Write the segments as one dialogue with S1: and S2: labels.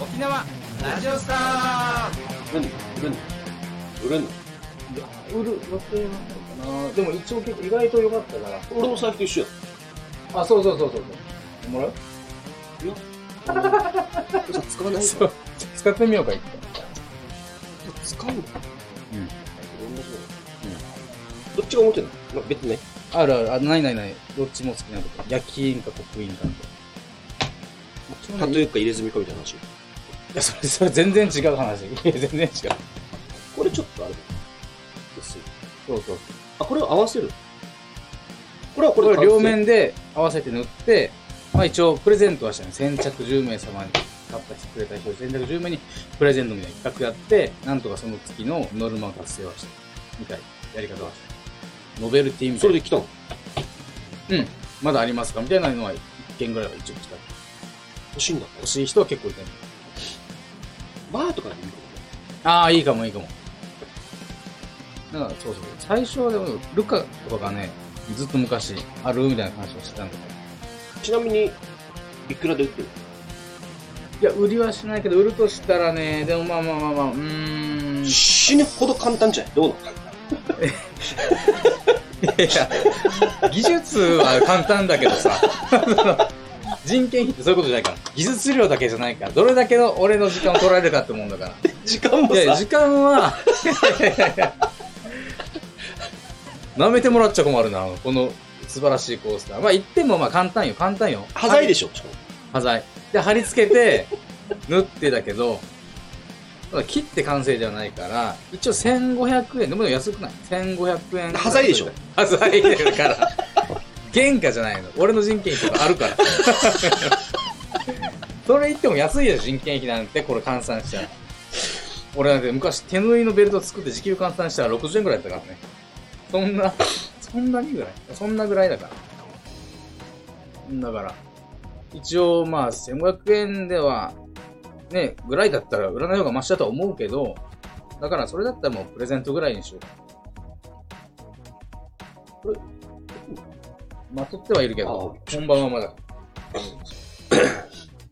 S1: 沖縄ラジオスター
S2: 何何何
S3: いや売る予定はないかなでも一応結構意外と良かったから
S2: 俺も最近一緒や
S3: あそうそうそうそうそうもらう
S2: じゃあ使わない
S3: そう使ってみようか一
S2: 使うの
S3: うん
S2: どっちが表なの、まあ、別にね
S3: 回あるあるあないないないどっちも好きなこと焼き印かコップ印か
S2: タトゥーか入れ墨かみたいな話
S3: いやそれそれ全然違う話いや全然違う
S2: これちょっとあれだ薄い
S3: そうそう
S2: あこれを合わせるこれはこ
S3: こ
S2: れ
S3: れ
S2: で
S3: 両面で合わせて塗って、まあ一応プレゼントはしたね。先着10名様に、買った人くれた人、先着10名にプレゼントみたいな企画やって、なんとかその月のノルマを達成はした。みたいなやり方はした。ノベルティみた
S2: そ
S3: い
S2: れ
S3: な。
S2: で来たの
S3: うん。まだありますかみたいなのは1件ぐらいは一応来た。
S2: 欲しいんだ
S3: 欲しい人は結構いたね。
S2: バーとかでいいのか
S3: ああ、いいかもいいかも。だから、そうそう。最初はでも、ルカとかがね、ずっと昔、あるみたいな話をしてたんだけど、
S2: なちなみにいくらで売ってる
S3: いや、売りはしないけど、売るとしたらね、でもまあまあまあまあ、うーん。
S2: の
S3: い
S2: 死ぬほど簡単じゃないどうなの
S3: や、技術は簡単だけどさ、 人件費ってそういうことじゃないから、技術量だけじゃないから、どれだけの俺の時間を取られるかってもんだか
S2: 時間も
S3: ら。いや、時間は、舐めてもらっちゃ困るな、この素晴らしいコースター。まあ言ってもまあ簡単よ、簡単よ。
S2: 端材でしょしかも
S3: 端材。で、貼り付けて、縫ってだけど、まだ切って完成じゃないから、一応1500円。でも安くない ?1500 円。
S2: 端材でしょ
S3: 端材入れるから。原価じゃないの。俺の人件費とかあるから。それ言っても安いよ、人件費なんて、これ換算したら。俺なんて昔手縫いのベルト作って時給換算したら60円ぐらいだったからね。そんな、そんなにぐらいそんなぐらいだから。だから、一応まあ1500円では、ね、ぐらいだったら売らない方がマシだとは思うけど、だからそれだったらもうプレゼントぐらいにしようか。これ、まとってはいるけど、
S2: あ
S3: 本番はまだ。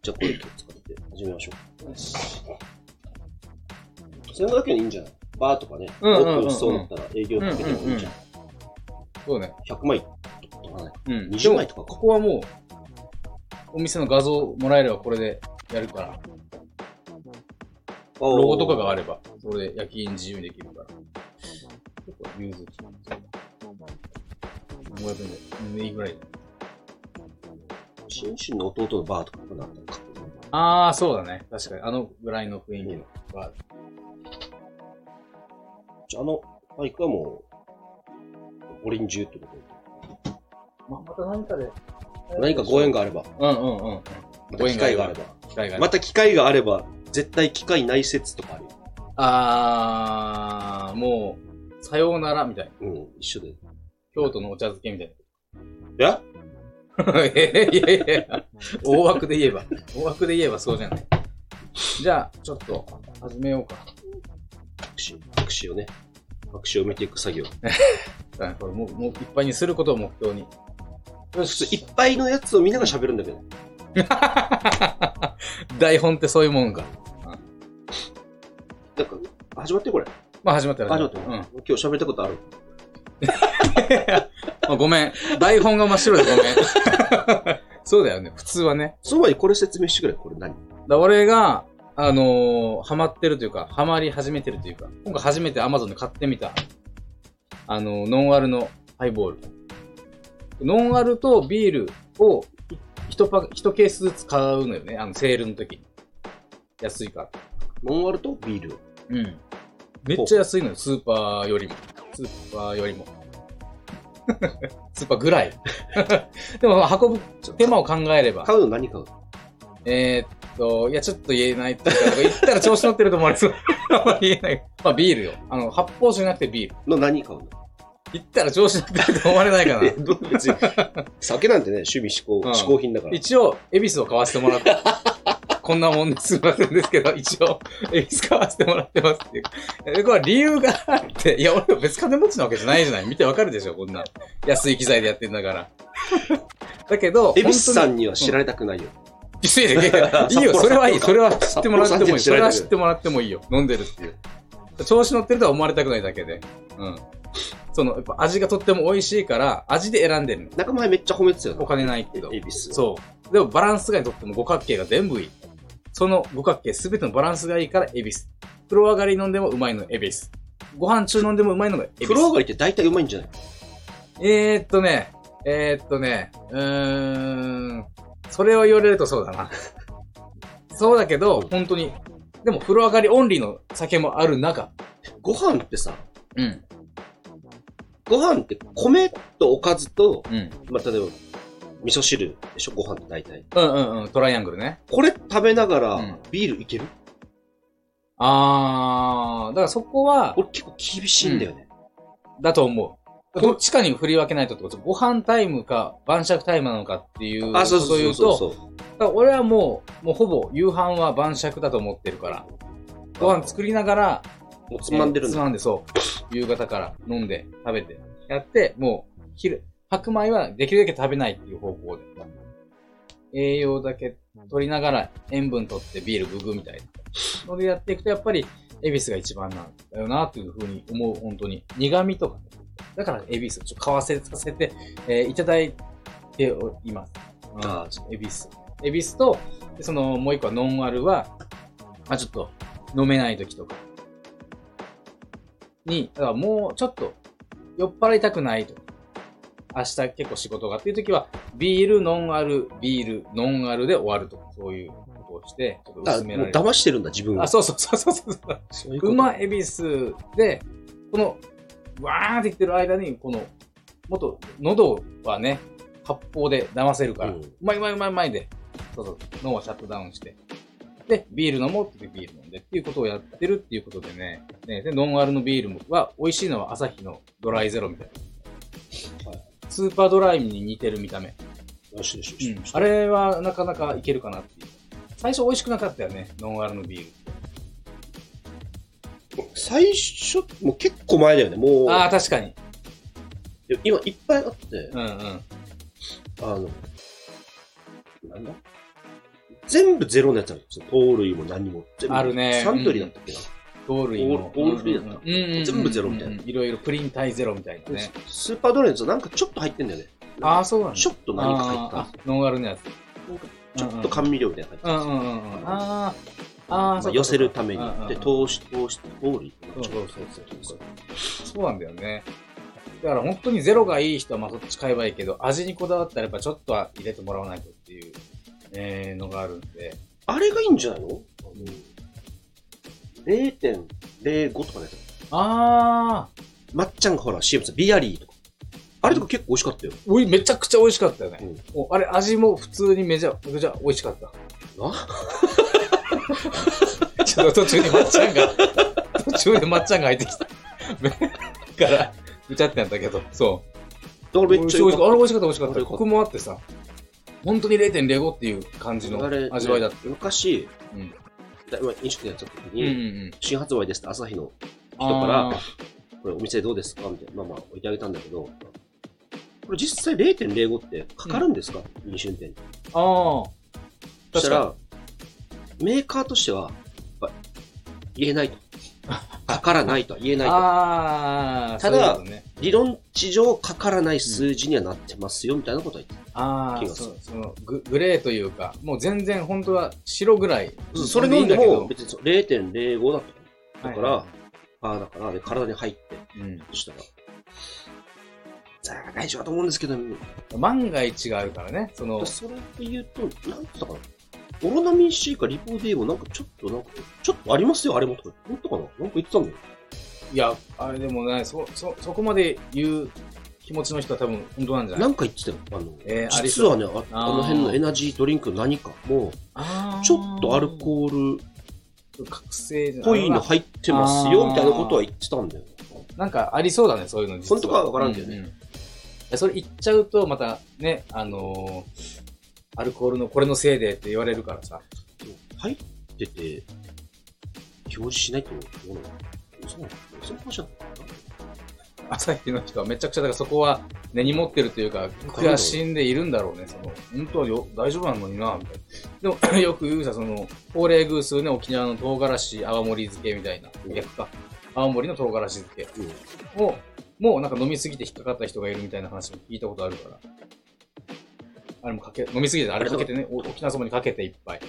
S2: じゃあこれ今日使って始めましょう1500円いいんじゃないバーとかね
S3: うんうんうんうん
S2: オープンしそうだったら営業かけてもいいじゃん
S3: そうね。
S2: 100枚とかね
S3: うん。
S2: 20枚とか
S3: こ
S2: か
S3: こはもう、お店の画像もらえればこれでやるから、ロゴとかがあれば、それで焼き印自由にできるから。結構融通ききますね500円で、いいぐらいで。
S2: シンシンの弟のバーとかかな
S3: ああ、そうだね。確かに。あのぐらいの雰囲気のバー。
S2: じゃああのバイクはもう五輪中ってことで
S3: まあ、また何かで。
S2: 何かご縁
S3: が。
S2: があれば
S3: うんうんうん。
S2: また機会があれば
S3: 機会がある。
S2: また機会があれば絶対機会ない説とかあるよ
S3: あー、もう、さようならみたいな。
S2: うん一緒でい
S3: 京都のお茶漬けみ たいな。
S2: や
S3: いやいやいや、大枠で言えば、大枠で言えばそうじゃない。じゃあ、ちょっと始めようか。
S2: 握手握手をね握手を埋めていく作業
S3: だからこれもう、もういっぱいにすることを目標に。よ
S2: 普通い
S3: し。
S2: っぱいのやつをみんなが喋るんだけど
S3: 台本ってそういう もんか。
S2: なんか始まってこれ
S3: まあ始まった
S2: あ
S3: ら、
S2: ちょっと、
S3: うん。
S2: 今
S3: ま
S2: 日喋ったことある。
S3: あごめん。台本が真っ白でごめん。 そうだよね。普通はね。
S2: その前にこれ説明してくれ。これ何
S3: だ俺が、あのーハマってるというか、ハマり始めてるというか、今回初めて Amazon で買ってみた、あのーノンアルのハイボール。ノンアルとビールを一パ、一ケースずつ買うのよね。あの、セールの時に。安いから。
S2: ノンアルとビール。
S3: うん。めっちゃ安いのよ、スーパーよりも。スーパーよりも。 スーパーぐらい。 でも、運ぶ手間を考えれば。
S2: 買うの何買う
S3: えーっと、いや、ちょっと言えないっていうか、言ったら調子乗ってると思われそう。 あんまり言えない。まあ、ビールよ。あの、発泡酒じゃなくてビール。
S2: の何買うの
S3: 言ったら調子乗ってると思われないかな
S2: え。どう別に酒なんてね、趣味嗜好、
S3: うん
S2: 嗜好品だから。
S3: 一応、恵比寿を買わせてもら って。こんなもんですいませんですけど、一応、恵比寿買わせてもらってますっていう。えこれは理由があって、いや、俺は別金持ちなわけじゃないじゃない。見てわかるでしょ、こんな。安い機材でやってんだから。だけど、
S2: エビスさ
S3: 本
S2: んには知られたくないよ。
S3: 当いやいやいいよ、それはいい。それは知ってもら
S2: 札幌
S3: ってもいい。
S2: さんには知
S3: そ
S2: られてる
S3: れは知ってもらってもいいよ。飲んでるっていう。調子乗ってるとは思われたくないだけで。うん。その、やっぱ味がとっても美味しいから、味で選んでるの。
S2: なんか前めっちゃ褒めてたよ
S3: お
S2: な。
S3: 金ないけど。
S2: 恵比寿。
S3: そう。でもバランスがとっても五角形が全部いい。その五角形すべてのバランスがいいから、エビス。風呂上がり飲んでもうまいの、エビス。ご飯中飲んでもうまいのがエビス。
S2: 風呂上がりって大体うまいんじゃない
S3: えー、っとね、えー、っとね、うーん、それを言われるとそうだな。 そうだけど、本当に、でも風呂上がりオンリーの酒もある中、
S2: ご飯ってさ、
S3: うん、
S2: ご飯って米とおかずと、
S3: うん、
S2: まあ、例えば、味噌汁でしょご飯って大体。
S3: うんうんうん、トライアングルね。
S2: これ食べなが
S3: う
S2: ら
S3: ん、
S2: ビールいける、
S3: あー、だからそこは、
S2: 俺結構厳しいんだよね。
S3: だと思う。どっちかに振り分けないとってこと、ご飯タイムか晩酌タイムなのかっていう
S2: あ、そう
S3: こと
S2: そ
S3: を言
S2: う
S3: う
S2: そう
S3: と、
S2: そう
S3: だから俺はもう、もうほぼ夕飯は晩酌だと思ってるから、ご飯作りながら、
S2: もうつまんでるん
S3: つ
S2: だ。
S3: まんで、そう。夕方から飲んで、食べて、やって、もう、昼、白米はできるだけ食べないっていう方向で。栄養だけ取りながら塩分取ってビールググみたいな。のでやっていくと、やっぱり、エビスが一番なんだよな、っていうふうに思う、本当に。苦味とかね。だから、エビスをちょっと買わせさせて、えーいただいております。うん
S2: あーそ
S3: エビス。エビスと、でその、もう一個はノンアルは、まあちょっと、飲めない時とか、に、だからもうちょっと、酔っ払いたくないと。明日結構仕事がっていう時は、ビール、ノンアル、ビール、ノンアルで終わると。そういうことをして、ちょっと
S2: だから
S3: 薄めら
S2: もう
S3: れる。
S2: 騙してるんだ、自分
S3: あ、
S2: は。
S3: そうそうそうそうそう。
S2: そういうこ
S3: う
S2: と
S3: まエビスで、この、わーって言ってる間に、この、もっと、喉はね、発泡で騙せるから、
S2: う
S3: うんまいうまいうまいうまいで、そうそう、脳はシャットダウンして。で、ビール飲もうって言ってビール飲んでっていうことをやってるっていうことでね、ねで、ノンアルのビールは、美味しいのは朝日のドライゼロみたいな。スーパードライに似てる見た目。
S2: よしよしよ
S3: う
S2: し
S3: ん、あれはなかなかいけるかなっていう。最初美味しくなかったよね、ノンアルのビール。
S2: 最初、もう結構前だよね。も
S3: ああ、
S2: う、
S3: 確かに。
S2: でも今いっぱいあって、
S3: うんうん。
S2: あの、なんだ全部ゼロのやつあるんですよ。盗塁も何も。全部
S3: あるね
S2: サントリーだったっけな。
S3: ゴールインの
S2: ゴールインだった
S3: うんうんうん
S2: 全部ゼロみたいな
S3: うんうんいろいろプリン体ゼロみたいなね。
S2: スーパードレンズなんかちょっと入ってんだよね。
S3: ああ、そうなんだ。
S2: ちょっと何か入った
S3: あーあノンアルのやつ。
S2: ちょっと甘味料みたいな
S3: うん
S2: 感
S3: う
S2: じ
S3: んうんうん。ああ、ああ、そうか
S2: 寄せるため
S3: うんうんう
S2: に。
S3: ん
S2: で、投資、投資、通り。
S3: そうそうそうそう。そうなんだよね。だから本当にゼロがいい人はまあそっち買えばいいけど、味にこだわったらやっぱちょっとは入れてもらわないとっていう、えー、のがあるんで。
S2: あれがいいんじゃないの ?0.05 とかのやつ。
S3: ああ、
S2: まっちゃんがほら CM さ、ビアリーとか。あれとか結構美味しかったよ。
S3: おい、めちゃくちゃ美味しかったよね。
S2: うん
S3: おあれ味も普通にめちゃめちゃ美味しかった。
S2: な
S3: ちょっと途中にまっちゃんが、途中でまっちゃんが入ってきた。めから、ぐちゃってなったけど、そう。
S2: だからめっちゃ
S3: 美
S2: 良
S3: 味しかったあれ
S2: かっ
S3: 美味しかった、美味しか
S2: あ
S3: っ
S2: れよかっ
S3: た。
S2: た
S3: コクもあってさ、本当に0.05っていう感じの
S2: た。あれ、
S3: 味わいだった。
S2: 昔、
S3: うん。
S2: だまあ飲食店やってた時
S3: うんうんう
S2: に、
S3: ん。
S2: 新発売ですって朝日の、
S3: 人
S2: からこれお店どうですかみたいな。まあまあ置いてあげたんだけど、これ実際0.05ってかかるんですか飲酒運転に。
S3: ああ。
S2: そした
S3: 確かに。
S2: ら、メーカーとしては、やっぱ言え ないと。かからないとは言えないと。
S3: ああ、
S2: ただ
S3: そういうことね、
S2: 理論地上かからない数字にはなってますよ、みたいなことは言って
S3: あ
S2: 気
S3: あ、
S2: がする
S3: そうそのグ、グレーというか、もう全然本当は白ぐらい。
S2: た。それ飲んで
S3: いい
S2: も、
S3: ん
S2: 別にそう0.05だった。だから、
S3: は
S2: ああ、だから、で体に入って、
S3: いうん
S2: そしたら、さあ、大丈夫だと思うんですけど、
S3: 万が一があるからね、その、
S2: それで言うと、なんつったかな。オロナミン C かリポ D もなんかちょっとなんか、ちょっとありますよ、あれもとか。本当かななんか言ってたんだよ。
S3: いや、あれでもね、そ、そ、そこまで言う気持ちの人は多分本当なんじゃな
S2: ないんか言ってたよ。あの、
S3: えーあり
S2: 実
S3: そ
S2: はねあ、あ
S3: あー
S2: の辺のエナジードリンクの何かも、ちょっとアルコール
S3: ール。覚醒じゃ
S2: っ
S3: ない
S2: ぽいの入ってます
S3: あ
S2: よ、
S3: ー
S2: みたいなことは言ってたんだよ。
S3: なんかありそうだね、そういうの実
S2: 本当かは分からんけどね
S3: うういやそれ言っちゃうと、またね、あのーアルコールのこれのせいでって言われるからさ。
S2: 入ってて、表示しないと思うのそうなのそういう話なのか
S3: 朝日の人はめちゃくちゃ、だからそこは根に持ってるというか、悔しんでいるんだろうね。その、本当はよ大丈夫なのにな、みたいでも、よく言うさ、その、高齢偶数ね、沖縄の唐辛子泡盛漬けみたいな、
S2: うん
S3: 逆か。泡盛の唐辛子漬け
S2: うん。
S3: を、もうなんか飲みすぎて引っかかった人がいるみたいな話も聞いたことあるから。あれもかけ、飲みすぎて、あれかけてね、お沖縄そばにかけていっぱい。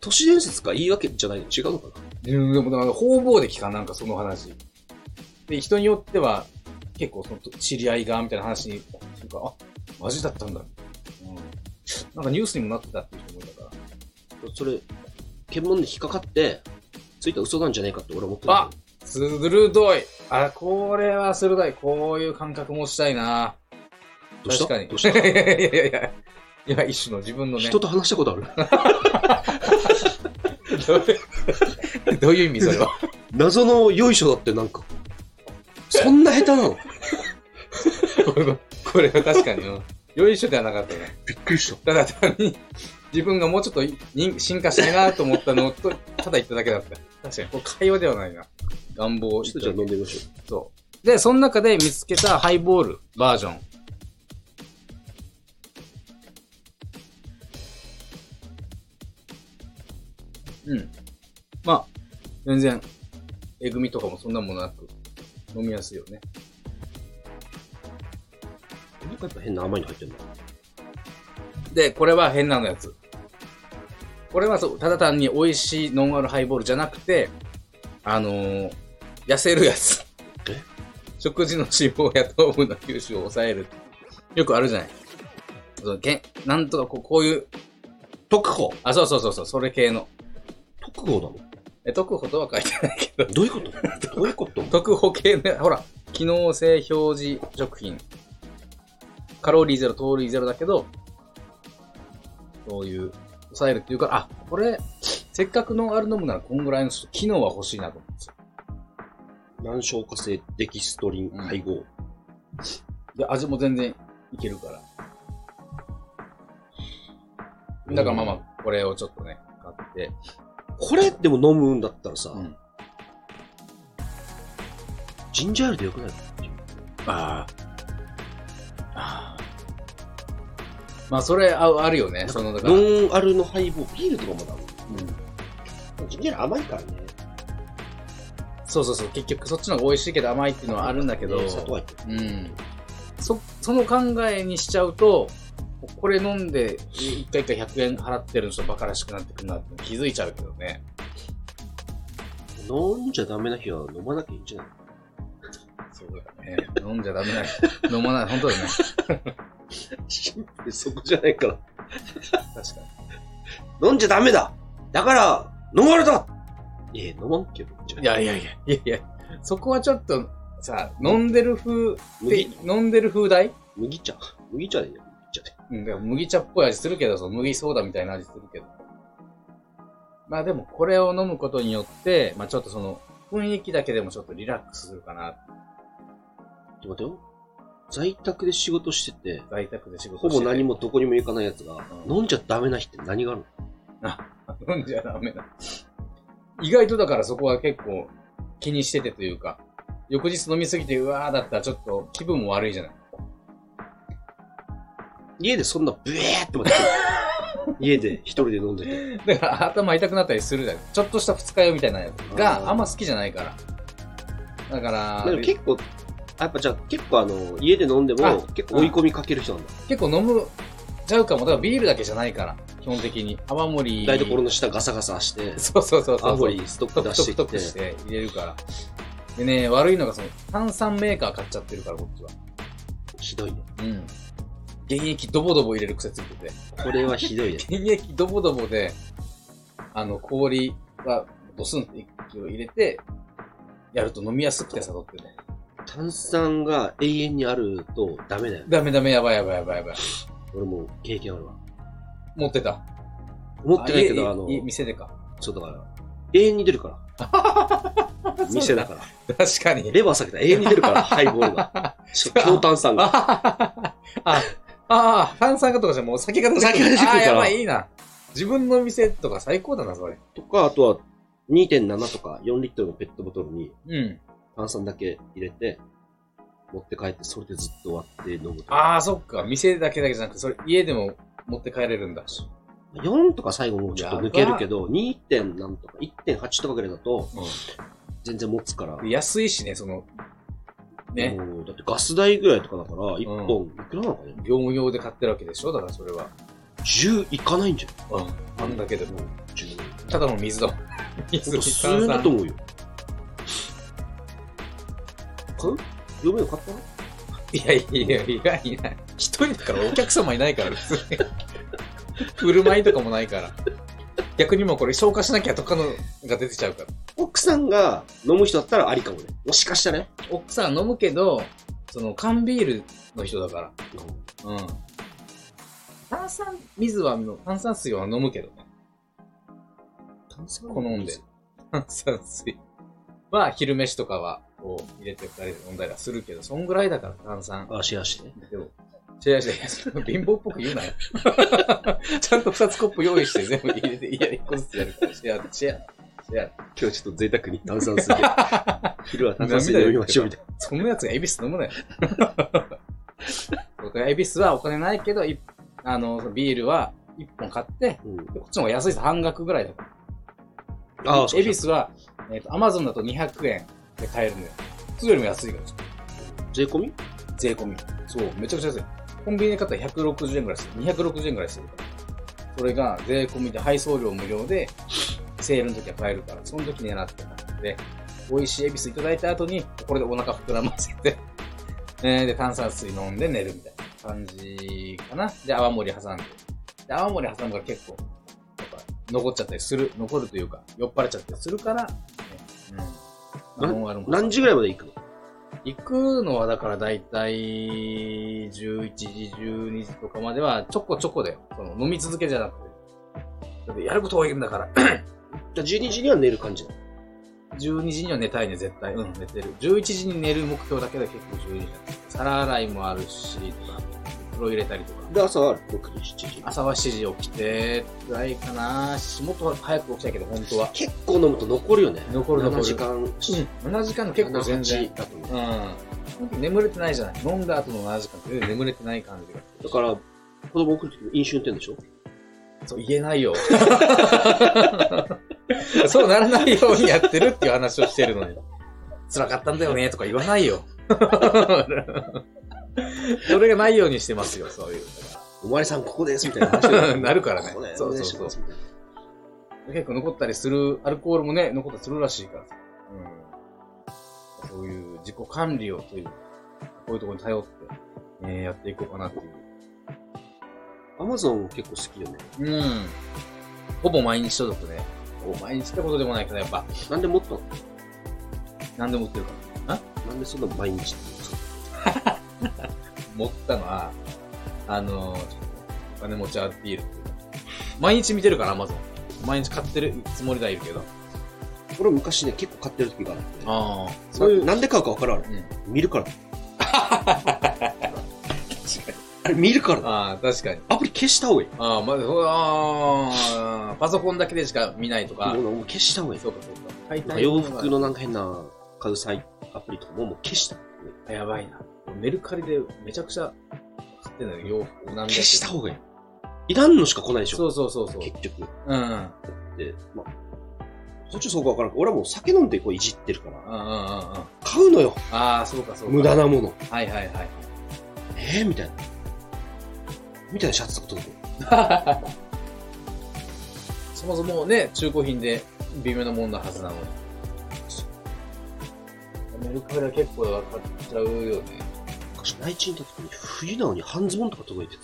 S2: 都市伝説か言い訳じゃないの違うのかな
S3: ででも、なんか方々で聞かん、なんかその話。で、人によっては、結構その、知り合いが、みたいな話に、なんか、あ、マジだったんだ。うん。なんかニュースにもなってたっていう人もいたから。
S2: それ、検問で引っかかって、ついた嘘なんじゃねえかって俺は思ってる。
S3: あ鋭い。あ、これは鋭い。こういう感覚もしたいな。
S2: どうした
S3: 確かに。
S2: どうした
S3: いやいやいや。いや、一種の自分のね。
S2: 人と話したことある
S3: どういう意味それは。
S2: 謎のよいしょだってなんか、そんな下手なの
S3: これは確かに。うんよいしょではなかったね。
S2: びっくりした。
S3: ただ単に、自分がもうちょっと人進化したいなと思ったのと、ただ言っただけだった。確かに。これ会話ではないな。願望を
S2: ち
S3: 言
S2: ょ
S3: っ
S2: ったとじゃあ飲ん
S3: だけ
S2: でみましょ
S3: そう。で、その中で見つけたハイボールバージョン。うん。まあ、全然、えぐみとかもそんなもなく、飲みやすいよね。
S2: う。なんかやっぱ変な甘いの入ってんの
S3: で、これは変なのやつ。これはそう、ただ単に美味しいノンアルハイボールじゃなくて、あのー痩せるやつ
S2: え。
S3: 食事の脂肪や糖分の吸収を抑える。よくあるじゃない。そうけんなんとかこうこういう、
S2: 特報
S3: あ、そうそうそうそう、それ系の。
S2: 特報なの
S3: え、特保とは書いてないけど、
S2: どういうことどういう こと
S3: 特保系の、ほら、機能性表示食品。カロリーゼロ、糖類ゼロだけど、そういう、抑えるっていうから、あ、これ、せっかくノンアル飲むならこんぐらいの機能は欲しいなと思うんですよ。
S2: 難消化性デキストリン配合。
S3: で、味も全然いけるから。だからまあまあ、これをちょっとね、買って。
S2: これでも飲むんだったらさ、
S3: うん
S2: ジンジャーエールでよくない
S3: ああ。まあ、それ、ああるよね。その、だから、
S2: ノンアルのハイボール、ビールとかもだも
S3: うん
S2: ん。ジンジャーエール甘いからね。
S3: そうそうそう、結局そっちの方が美味しいけど甘いっていうのはあるんだけど、
S2: ね砂糖入ってる
S3: うん。そ、その考えにしちゃうと、これ飲んで、一回一回100円払ってる人バカらしくなってくるなって気づいちゃうけどね。
S2: 飲んじゃダメな日は飲まなきゃいいんじゃない
S3: そうだね。飲んじゃダメ なの飲まない。本当だね。
S2: シンプルそこじゃないから。
S3: 確かに。
S2: 飲んじゃダメだだから、飲まれたいや、飲まんけど。
S3: いやいやいや、いやいや、そこはちょっと、さ、飲んでる風で
S2: 麦、
S3: 飲んでる風代
S2: 麦茶。麦茶でいいよ、麦茶で。
S3: うん、だから麦茶っぽい味するけど、その麦ソーダみたいな味するけど。まあでもこれを飲むことによって、まあちょっとその雰囲気だけでもちょっとリラックスするかな。
S2: ちょっと待ってよ。在宅で仕事してて、
S3: 在宅で仕事
S2: ほぼ何
S3: も。
S2: もどこにも行かないやつが、
S3: うん
S2: 飲んじゃダメな日って何があるの
S3: 飲んじゃダメだ。意外とだからそこは結構気にしててというか、翌日飲みすぎてうわーだったらちょっと気分も悪いじゃない。
S2: 家でそんなブエーって 待ってる家で一人で飲んでて。
S3: だから頭痛くなったりするじゃない。ちょっとした二日酔いみたいなやつ
S2: あー
S3: があんま好きじゃないから。だから、
S2: でも結構、やっぱじゃあ結構あの、家で飲んでも
S3: あ
S2: 結構追い込みかける人なんだ。
S3: 結構飲むちゃうかも。だからビールだけじゃないから、基本的に。泡盛。
S2: 台所の下ガサガサして、
S3: そうそうそうそう。
S2: アホリストッ
S3: ト
S2: ク
S3: ク
S2: 出
S3: ト
S2: して
S3: クトク
S2: き、
S3: してて入れるから。でね、悪いのがその、炭酸メーカー買っちゃってるから、こっちは。
S2: ひどいね。
S3: うん。原液ドボドボ入れる癖ついてて。
S2: これはひどいね。
S3: 原液ドボドボで、あの、氷がドスンって一気を入れて、やると飲みやすくてさ、とってね。
S2: 炭酸が永遠にあるとダメだよ。
S3: ダメダメ、やばいやばいやばいやばい。
S2: 俺もう経験あるわ。
S3: 持ってた。
S2: 持ってないけど、あ
S3: あ
S2: の、
S3: いいいい店でか。
S2: そうだから、永遠に出るから。店だから。
S3: 確かに。
S2: レバー避けたら永遠に出る から、ハイボールが。しかも強炭酸が。
S3: ああ、ああ、炭酸がとかじゃもう酒が出
S2: 酒が出てくるから
S3: ああ、やばい、いいな。自分の店とか最高だな、それ。
S2: とか、あとは2.7とか4リットルのペットボトルに
S3: うん。
S2: 炭酸だけ入れて、持って帰って、それでずっと割って飲むとか。
S3: ああ、そっか。店だけだけじゃなくて、それ家でも持って帰れるんだし。
S2: 4とか最後もうちょっと抜けるけど、2. 点なんとか、1.8とかぐらいだと、全然持つから。
S3: で安いしね、その、ね、
S2: もうだってガス代ぐらいとかだから、1本、いくらなのかね
S3: 業務用で買ってるわけでしょだからそれは。
S2: ?10 いかないんじゃん。
S3: うん。あんだけでも。
S2: 10。
S3: ただの水だもん。
S2: ほんと数
S3: 炭
S2: 円
S3: 酸
S2: だと思うよ。買う読めよ、買ったの
S3: いやいやいやいや、一人だからお客様いないから、別に。振る舞いとかもないから。逆にもうこれ消化しなきゃとかのが出てちゃうから。
S2: 奥さんが飲む人だったらありかもね。もしかしたらね。
S3: 奥さん飲むけど、その缶ビールの人だから。うん。炭酸水は、炭酸水は飲むけどね。
S2: 炭酸
S3: 好んで。炭酸水は昼飯とかは、こう、入れて二人で飲んだりはするけど、そんぐらいだから炭酸。
S2: あ、シェアして。
S3: でも、違う違う違う、その貧乏っぽく言うなよ。 ちゃんと二つコップ用意して全部入れて、いや、一個ずつやるから、シェア、シェア、シェア。
S2: 今日ちょっと贅沢に炭酸水 で。昼は炭酸水で飲みましょうみたい
S3: そのやつがエビス飲むなよ。 僕はエビスはお金ないけど、いあの、ビールは一本買って、
S2: な。うん
S3: でこっちの方が安いです。半額ぐらいだから。
S2: ああそう
S3: エビスは、えっ、と、アマゾンだと200円で買えるのよ。それよりも安いから。
S2: 税込み
S3: 税込み。そう、めちゃくちゃ安い。コンビニで買ったら160円ぐらいする。260円ぐらいするから。それが税込みで配送料無料で、セールの時は買えるから、その時狙ってたので、美味しいエビスいただいた後に、これでお腹膨らませて、えーで、炭酸水飲んで寝るみたいな感じかな。で、泡盛挟んで。で、泡盛挟むから結構、やっぱ、残っちゃったりする、残るというか、酔っ払っちゃったりするから、ね、うん。
S2: な
S3: ノンアルも
S2: 何時ぐらいまで行くの
S3: 行くのはだからだいたい11時、12時とかまではちょこちょこだよ。その飲み続けじゃなくて。だってやること多いんだから。
S2: じゃあ12時には寝る感じなの
S3: 12時には寝たいね、絶対。うん、寝てる。11時に寝る目標だけで結構12時だ。皿洗いもあるし、とか、風呂入れたりとか。
S2: で、朝は6時、7時。
S3: 朝は7時起きて、ぐらいかなもっと早く起きたいけど、本当は。
S2: 結構飲むと残るよね。
S3: 残る残る
S2: 7時間、7
S3: 7時間の結構全然。
S2: 8だとね
S3: うん。眠れてないじゃない。飲んだ後の7時間って眠れてない感じが。
S2: だから、子供送るときも飲酒運転でしょ
S3: そう、言えないよ。 そうならないようにやってるっていう話をしてるのに。辛かったんだよねとか言わないよ。 それがないようにしてますよ、そういう。
S2: お前さんここですみたいな 話だよ
S3: なるからね
S2: ここで
S3: そうそうそう結構残ったりする、アルコールもね、残ったりするらしいからさ。うん。そういう自己管理をという、こういうところに頼って、えーやっていこうかなっていう。
S2: アマゾン結構好きよね。
S3: うん。ほぼ毎日所属ね。ほぼ毎日ってことでもないけど、やっぱ、
S2: なんでもっと、
S3: 何でも売ってるから。
S2: なんでそんな毎日っていうか
S3: 持ったのは、あの、ちょっとお金持ちアピールっていうか毎日見てるから、アマゾン。毎日買ってるつもりだいるけど。
S2: 俺昔ね、結構買ってる時があって。
S3: ああ、そういう。
S2: ななんで買うかわからん。
S3: うん。
S2: 見 るから。あれ見るから。
S3: ああ、確かに。
S2: アプリ消した方がいい。
S3: ああ、まず、ほああ、パソコンだけでしか見ないとか。
S2: もうもう消した方がいい。
S3: そうか、そうか。買い
S2: なん
S3: た
S2: か
S3: いも
S2: 洋
S3: のが
S2: 服のなんか変な買うサイアプリとかももう消した。
S3: やばいな。メルカリでめちゃくちゃ買ってんだよ、洋服。消
S2: 消した方がいい。いらんのしか来ないでしょ。
S3: そうそうそうそう。
S2: 結局。
S3: うん。うんうん
S2: で、まあ、そっちそうかわからんけど、俺はもう酒飲んでこういじってるから、
S3: うんうん。あ
S2: 買うのよ、
S3: あ、そうか、そうか。
S2: 無駄。なもの。
S3: はいはいはい。
S2: えー、みたいな。みたいなシャツとか届く。
S3: そもそもね、中古品で微妙なもんなはずなのに。メルカリは結構分かっちゃうよね。
S2: 昔、内地にいた時に冬なのに半ズボンとか届いてた。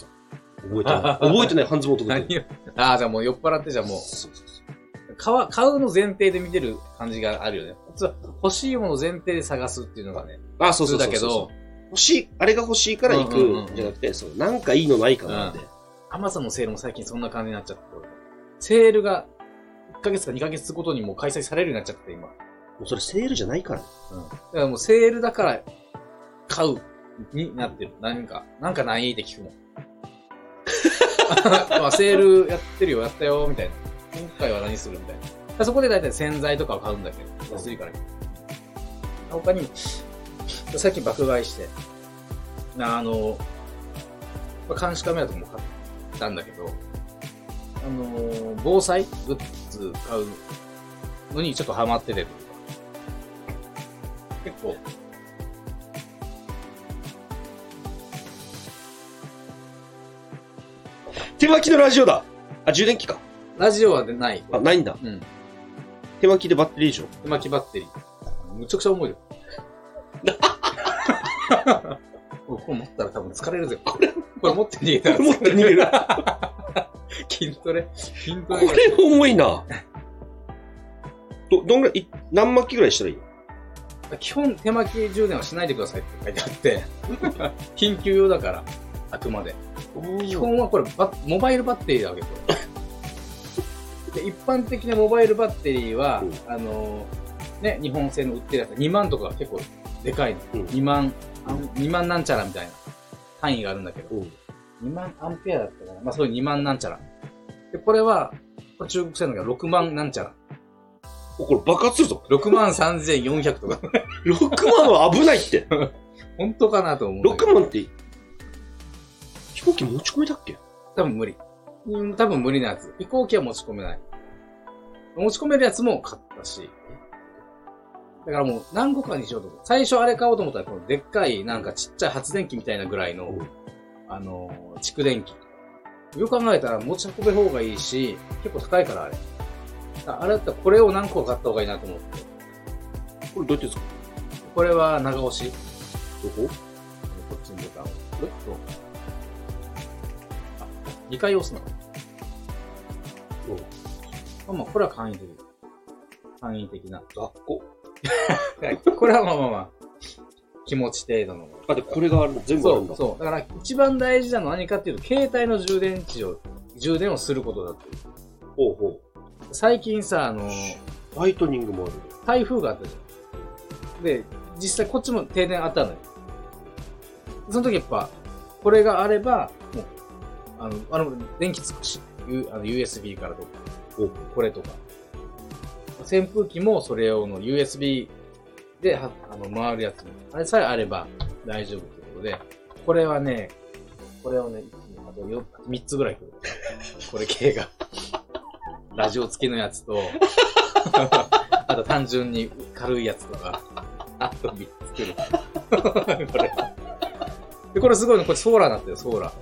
S2: 覚え てない。覚えてない半ズボン届いてる。
S3: を。ああ、じゃあもう酔っ払ってじゃあも、
S2: そうそうそう
S3: 買わ買うの前提で見てる感じがあるよね。こっちは欲しいもの前提で探すっていうのがね、
S2: う。あ、そう
S3: 普
S2: そうそ
S3: 通
S2: う
S3: だけど、
S2: 欲しい、あれが欲しいから行
S3: うんうんうんう
S2: く
S3: ん
S2: んじゃなくて、そう、なんかいいのないかなって。
S3: アマゾンのセールも最近そんな感じになっちゃって、セールが1ヶ月か2ヶ月ごとにもう開催されるようになっちゃって、今。
S2: もうそれセールじゃないから。
S3: だからもうセールだから買うになってる。何か、なんかないって聞くもん。まあセールやってるよ、やったよ、みたいな。今回は何するみたいな。だからそこで大体洗剤とかを買うんだけど、安いから。他にも、最近爆買いして、あの、まあ監視カメラとかも買ったんだけど、ああのー防災グッズ買うのにちょっとハマってて、結構、
S2: 手巻きのラジオだあ、充電器か。
S3: ラジオはない。
S2: あ、ないんだ。
S3: うん。
S2: 手巻きでバッテリーでしょ。
S3: 手巻きバッテリー。むちゃくちゃ重いよ。これ持ったら多分疲れるぜ。これ、これ持って逃げたら
S2: 持って逃げる。
S3: 筋トレ、筋ト
S2: こ
S3: レが。
S2: れ重いな。ど、どんぐらい、い何巻きぐらいしたらいい
S3: 基本手巻き充電はしないでくださいって書いてあって、緊急用だから、あくまで。基本はこれバッ、モバイルバッテリーだわけ、これ。で一般的なモバイルバッテリーは、
S2: うん
S3: あのーね、日本製の売ってるやつ、2万とかは結構でかいの。
S2: うん
S3: 2万、2万なんちゃらみたいな単位があるんだけど、
S2: うん。
S3: 2万アンペアだったかな。まあ、そういう2万なんちゃら。で、これは、これ中国製のが6万なんちゃら。
S2: おこれ爆発するぞ。
S3: 6万3400とか。
S2: 6万は危ないって。
S3: 本当かなと思うんだけ
S2: 6
S3: ど。
S2: 万って、飛行機持ち込みだっけ
S3: 多分無理。うん、多分無理なやつ。飛行機は持ち込めない。持ち込めるやつも買ったし。だからもう何個かにしようと思う。最初あれ買おうと思ったら、このでっかいなんかちっちゃい発電機みたいなぐらいの、
S2: うん
S3: あのー、蓄電機。よく考えたら持ち運べ方がいいし、結構高いからあれ。ああれだったらこれを何個か買った方がいいなと思って。
S2: これどうやって使う
S3: これは長押し。
S2: どこ
S3: こっちのボタンを。えっと。あ、2回押すの。まあまあ、これは簡易的。簡易的な。
S2: 学校。
S3: これはまあまあまあ、気持ち程度のも
S2: あ、で、これがあるの全
S3: の。
S2: 部ある
S3: そ
S2: んだ
S3: う、。そう。だから一番大事なのは何かっていうと、携帯の充電器を、充電をすることだっていう。
S2: ほうほ
S3: 最近さ、あの、
S2: う。ライトニングもあるね。
S3: 台風があったじゃん。で、実際こっちも停電あったのよ。その時やっぱ、これがあれば、もう、あの、あの、電気つくし、U、あの USB からとか、
S2: ほう
S3: これとか。扇風機もそれ用の USB ではあの回るやつも、あれさえあれば大丈夫ということで、これはね、これをね、あと4 3つぐらい来る。これ系が。ラジオ付きのやつと、あと単純に軽いやつとか、 あと3つ来る。 これ。で、これすごいの、これソーラーになってる、ソーラー。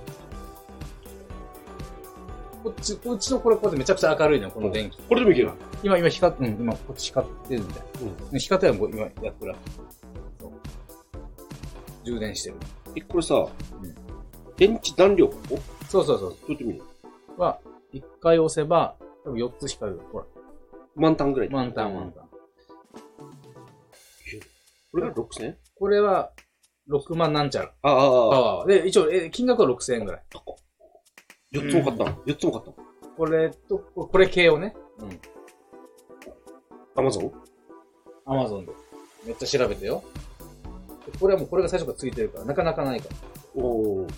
S3: こっち、うちのこれ、こうやってめちゃくちゃ明るいのよ、この電気。
S2: これでもいける
S3: 今、今光って、うん、今、こっち光ってるんだよ。うん、光ってはもう今やってるわ。そう。充電してる。
S2: え、これさ
S3: ん、
S2: 電池弾力おど
S3: そうそうそう
S2: うやって見る
S3: う。は、一回押せば、多分4つ光る。ほら、
S2: 満タンぐらい。
S3: 満タン満タン。
S2: これが 6000?
S3: これは、6万なんちゃら。
S2: ああ、
S3: パ
S2: ああ、
S3: ワーは。で、一応、え、金額は6000円ぐらい。
S2: 4つも買ったの。4つも買ったの。
S3: これと、ここれ系をね。うん。
S2: アマゾン
S3: アマゾンで。めっちゃ調べてよ。でこれはもうこれが最初からついてるから、なかなかないから。
S2: おー。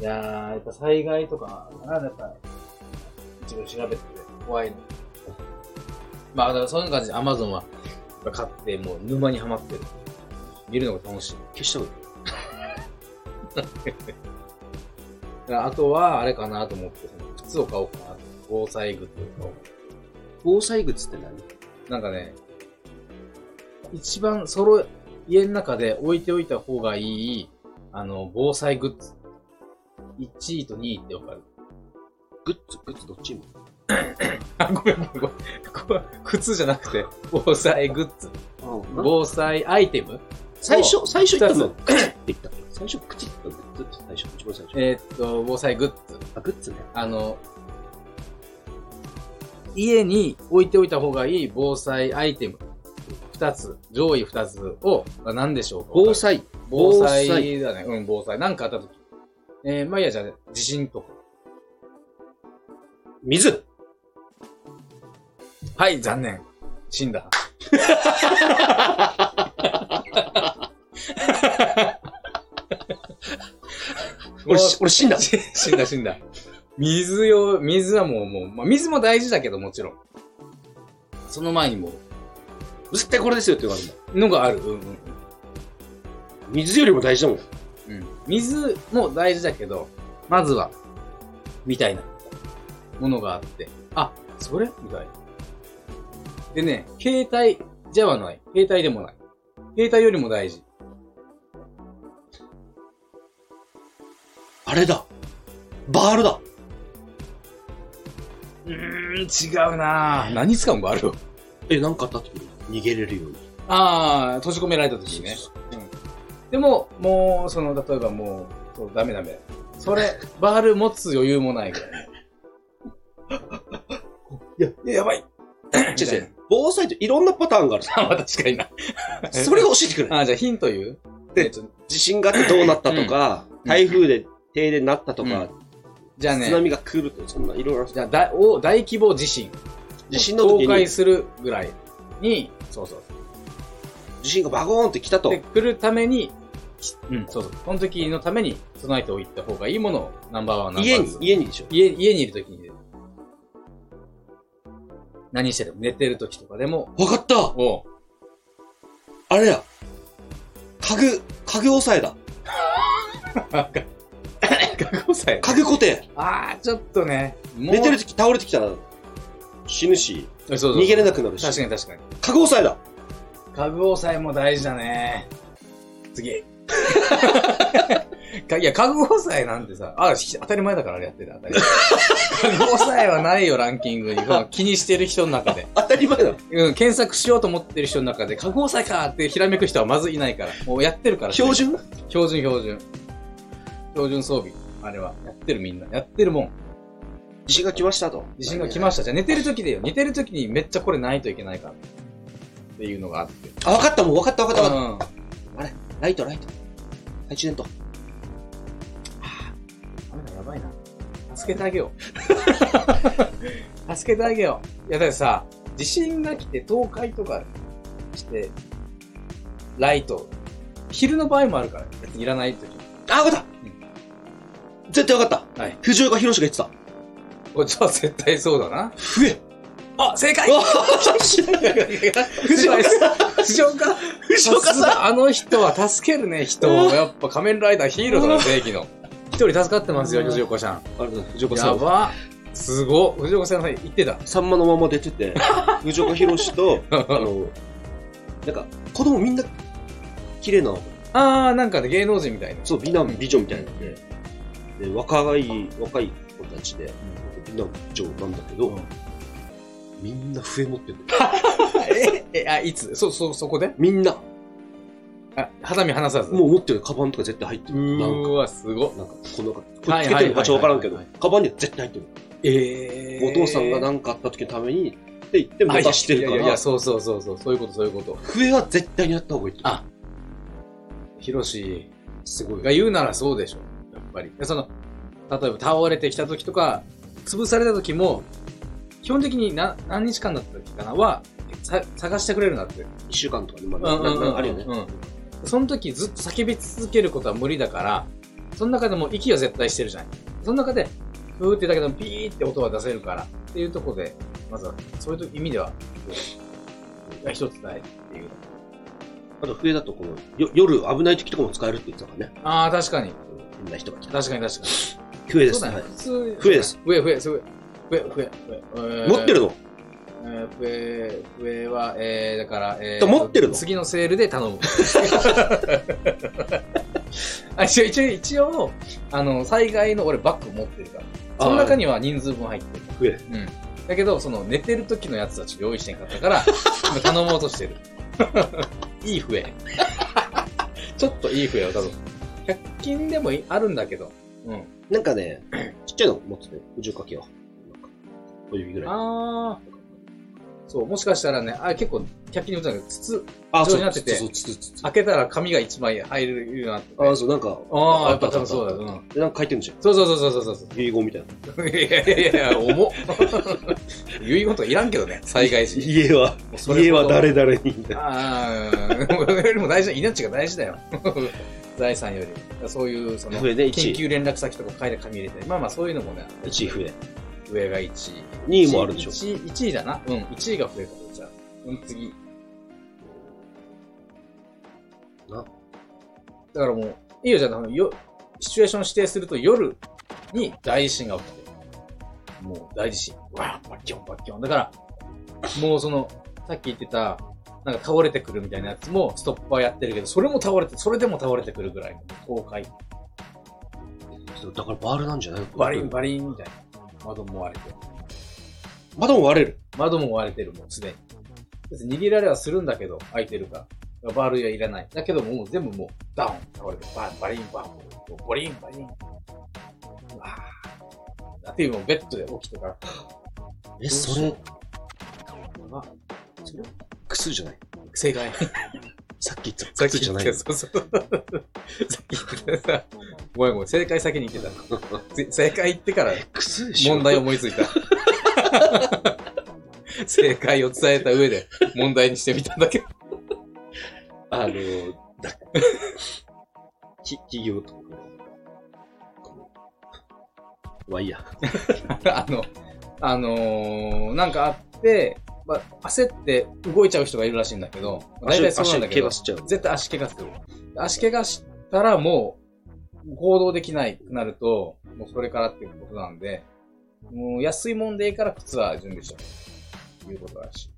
S3: いやー、やっぱ災害とか、なんだか、一応調べてて怖いの。まあ、だからそういう感じで Amazon はやっぱ買って、もう沼にはまってる。見るのが楽しい。
S2: 消したの
S3: だからあとは、あれかなと思って、その靴を買おうかなと。防災グッズを買おう
S2: 防災靴って何
S3: なんかね、一番揃え、家の中で置いておいた方がいい、あの、防災グッズ。1位と2位ってわかる。
S2: グッズ、グッズどっちも。
S3: あ、ごめんごめんごめん。こ靴じゃなくて、防災グッズ。防災アイテム
S2: 最初、最初言ったの
S3: 二
S2: 靴って言った。最初口って言ったのグッズって最初、一番最初。
S3: えーっと、防災グッズ。
S2: あ、グッズね。
S3: あの、家に置いておいた方がいい防災アイテム。二つ、上位二つを、が何でしょうか
S2: 防災。
S3: 防
S2: 防
S3: 災
S2: 災
S3: だね。うん、防災。なんかあった時。えー、まあいいや、じゃあ、地震とか。
S2: 水。
S3: はい、残念。死んだ。
S2: 俺し、俺死んだ。
S3: し死んだ死んだ。水よ、水はもう、もう、まあ、水も大事だけどもちろん。その前にも、
S2: 絶対これですよって言われるんだ。
S3: のがある。うんうん
S2: 水よりも大事だもん。
S3: うん。水も大事だけど、まずは、みたいな。ものがあって、あ、それみたいな。でね、携帯じゃはない。携帯でもない。携帯よりも大事。
S2: あれだバールだ
S3: うーん、違うなぁ。何使うんかある
S2: え、なんかあった時に逃げれるように。
S3: ああ、閉じ込められた時にね。でも、もう、その、例えばもう、そう、ダメダメ。そ れ、バール持つ余裕もないぐらい。
S2: いや、
S3: や、やば い。
S2: 違う違う。防災っていろんなパターンがある
S3: あ、 まあ確かにな。
S2: さ。 それを教えてくれ。
S3: あーじゃあヒント言う
S2: で
S3: えっと
S2: 地震があってどうなったとか、
S3: うん
S2: 台風で停電になったとか、
S3: じゃあ
S2: 津
S3: ね、
S2: 波が来るとか、そんないろいろある。
S3: じゃあ大お大規模地震。
S2: 地震の時
S3: 崩壊
S2: に、
S3: するぐらいに、そうそう。
S2: 地震がバゴーンって来たと
S3: で、。来るために、うん、そうそう。その時のために備えておいた方がいいものをナンバーワンナンバ
S2: 家
S3: ー
S2: に
S3: ツ、ー
S2: 家にでしょ。
S3: 家家にいる時に。何してでも寝てる時とかでも、
S2: わかった
S3: おう
S2: あれだ家具、家具押さえだ
S3: 覚悟さえ。
S2: 家具固定
S3: ああ、ちょっとね。もう
S2: 寝てる時倒れてきたら死ぬし、
S3: そうそう
S2: 逃げれなくなるし。
S3: 確かに確かに。
S2: 家具押さえだ
S3: 家具押さえも大事だね。 次。かいや、家具押さえなんてさ、あ、ひ当たり前だからあれやってた。当たり前家具押さえはないよ、ランキングに。この気にしてる人の中で。
S2: 当たり前だろ。
S3: うん、検索しようと思ってる人の中で、家具押さえかーってひらめく人はまずいないから。もうやってるから。
S2: 標準
S3: 標準、標準。標準装備。あれは。やってるみんな。やってるもん。
S2: 地震が来ましたと。
S3: 地震が来ま
S2: し
S3: した。じゃあ寝てる時でよ。寝てる時にめっちゃこれないといけないから。っていうのがあって。
S2: た。あ、わかったもうわかったわかったわかっ
S3: うん。
S2: た。ライトライト。配置電灯。
S3: ダメだ、やばいな。助けてあげよ う。助けてあげよう。いや、だってさ、地震が来て倒壊とかして、ライト、昼の場合もあるから、別にいらない時。
S2: あ、わかった
S3: う
S2: 絶対わかっ
S3: はい。
S2: た藤岡弘が言ってた。
S3: こっちは絶対そうだな。
S2: 増え
S3: あ、正解
S2: おー
S3: 藤岡藤岡
S2: 藤岡
S3: さす
S2: さん
S3: があの人は助けるね、人を。やっぱ仮面ライダーヒーローだな、正義の。一人助かってますよ、
S2: うん
S3: 藤岡ちゃん。
S2: あれだ、藤岡さ
S3: や
S2: ん。
S3: ば。すご。藤岡さんが言 ってた。
S2: さんまのまま出てて、藤岡弘と、
S3: あ
S2: あの、なんか、子供みんな、綺麗な、
S3: あー、なんかね、芸能人みたいな。
S2: そう、美男美女みたいなので、で、若い、若い子たちで、美男美女なんだけど、みんな笛持ってるの。
S3: ええ、あ、いつそ、そ、そこで
S2: みんな、
S3: あ、肌身離さず。
S2: もう持ってるカバンとか絶対入って
S3: う
S2: る。なん
S3: ー
S2: か、
S3: わ、すごっ。
S2: なんか、この、こ
S3: は
S2: れつ
S3: い
S2: けてるのかちょっとわからんけど
S3: はいはいはい、
S2: カバンには絶対入って
S3: え
S2: る。お父さんが
S3: ん
S2: 何かあった時のために、って言って持たしてる
S3: いやいやい
S2: か
S3: や、
S2: ら、
S3: そうそうそうそう、そういうこと、そういうこと。
S2: 笛は絶対にやった方がいいと。
S3: あヒロシ
S2: すごい。
S3: が言うならそうでしょ。やっぱり。その、例えば倒れてきた時とか、潰された時も、基本的にな何日間だった時かなは、さ探してくれるなって。
S2: 一週間とかね、ま
S3: う
S2: あ、
S3: ん
S2: な
S3: うん
S2: ん
S3: うん
S2: かあるよね。
S3: うん。その時ずっと叫び続けることは無理だから、その中でも息は絶対してるじゃん。その中で、ふーってだけでもピーって音は出せるからっていうところで、まずは、そういう意味では、こう一つ大事っていう。
S2: あと笛だと、この、よ夜危ない時とかも使えるって言ってたからね。
S3: ああ、確かに。
S2: 変な人が来た。
S3: 確かに確か
S2: 笛
S3: に。
S2: で
S3: そう
S2: す。
S3: だ
S2: は
S3: ね
S2: い。
S3: 普通。
S2: 笛です。
S3: 笛、笛、笛。笛、笛、笛。
S2: 持ってる
S3: の
S2: の
S3: 笛、笛は、えー、だから、え
S2: だ持ってるの
S3: 次のセールで 頼む。あ一応、一応、一応、あの、災害の俺バッグ持ってるから。その中
S2: に
S3: には人数分入ってる。
S2: 笛。
S3: うん。だけど、その、寝てる時のやつはちょっと用意してんかった から、今頼もうとして る。いい笛。 ちょっといい笛を頼む。100均でもいあるんだけど。うん。
S2: なんかね、ちっちゃいの持ってて、宇宙かけよう。なんか小指ぐらい。
S3: あー。そう、もしかしたらね、あ結構、100均に売ってたけど、筒、
S2: あ
S3: 上になってて
S2: そう、つつつつ。
S3: 開けたら紙が1枚入るようになってて。
S2: あ、そう、なんか、
S3: あー、やっぱ
S2: あったあ
S3: 多分
S2: った
S3: そうだよ。うん。
S2: でなんか書いてるんじゃん。
S3: そうそうそうそうそうそう。
S2: 遺言みたいな。
S3: いやいやいや、重っ。 遺言とかいらんけどね、災害時。
S2: 家 は、家は誰々にみたいな。
S3: ああ、よりも大事な、命が大事だ よ。財産より。だからそういう、その、
S2: 笛で
S3: 緊
S2: 1位。
S3: 急連絡先とか書いて紙入れたり。まあまあ、そういうのもね、
S2: 1位笛。
S3: 上が1位。
S2: 2位もあるでしょ。
S3: 1位、1位だな。うん、1位が増えたとじゃあ。うん、次。
S2: な
S3: だからもう、いいよ、じゃあ、よ、シチュエーション指定すると夜に大地震が起きてる。もう大地震。わー、バッキョンバッキョン。だから、もうその、さっき言ってた、なんか倒れてくるみたいなやつもストッパーやってるけど、それも倒れて、それでも倒れてくるぐらいの崩壊。
S2: だからバールなんじゃない
S3: バリンバリンみたいな。窓も割れてる。
S2: 窓も割れる。
S3: 窓も割れてる、もうすでに。別に逃げられはするんだけど、開いてるから。バールはいらない。だけども、もう全部もう、ダウン、倒れて、バン、バリン、バン、もうボリン、バリン。うわーだって今、ベッドで起きてから、
S2: え、それ、
S3: まあ
S2: クスじゃない
S3: 正解。
S2: さっき言った
S3: さ
S2: ク
S3: っき
S2: スじゃ
S3: 言っ
S2: ない
S3: てたそうそう。さっき言ってた。ごめんごめん、正解先に言って た。ぜ正解言ってから
S2: クスでしょ
S3: 問題思いついた。 正解を伝えた上で問題にしてみたんだけど。
S2: あの、 だき企業とかの、このワイヤー。
S3: あの、あのー、なんかあって、まあ、焦って動いちゃう人がいるらしいんだけど、大体そうなんだけ
S2: 足怪
S3: ど
S2: 我、しちゃう。
S3: 絶対足怪我する。足怪我したらもう、行動できないくなると、もうそれからっていうことなんで、もう安いもんでいいから靴は準備しちゃう。ということらしい。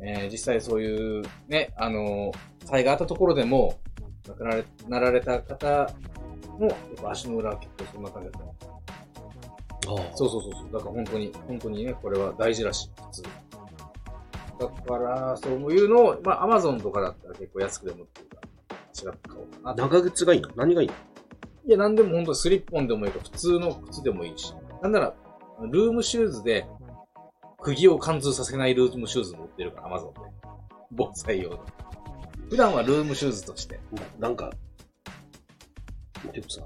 S3: えー実際そういう、ね、あのー災害あったところでも、亡くなられなられた方の、やっぱ足の裏は結構そんな感じだったね
S2: ああ
S3: そうそうそうそう。だから本当に、本当にね、これは大事らしい。普通だから、そういうのを、まあ、アマゾンとかだったら結構安くでもっていうか、違って買おうかなと。
S2: 長靴がいいの何がいいの
S3: いや、なんでも本当にスリッポンでもいいか、普通の靴でもいいし。なんなら、ルームシューズで、釘を貫通させないルームシューズも売ってるから、アマゾンで。防災用の。普段はルームシューズとして。
S2: ななんか、でもさ、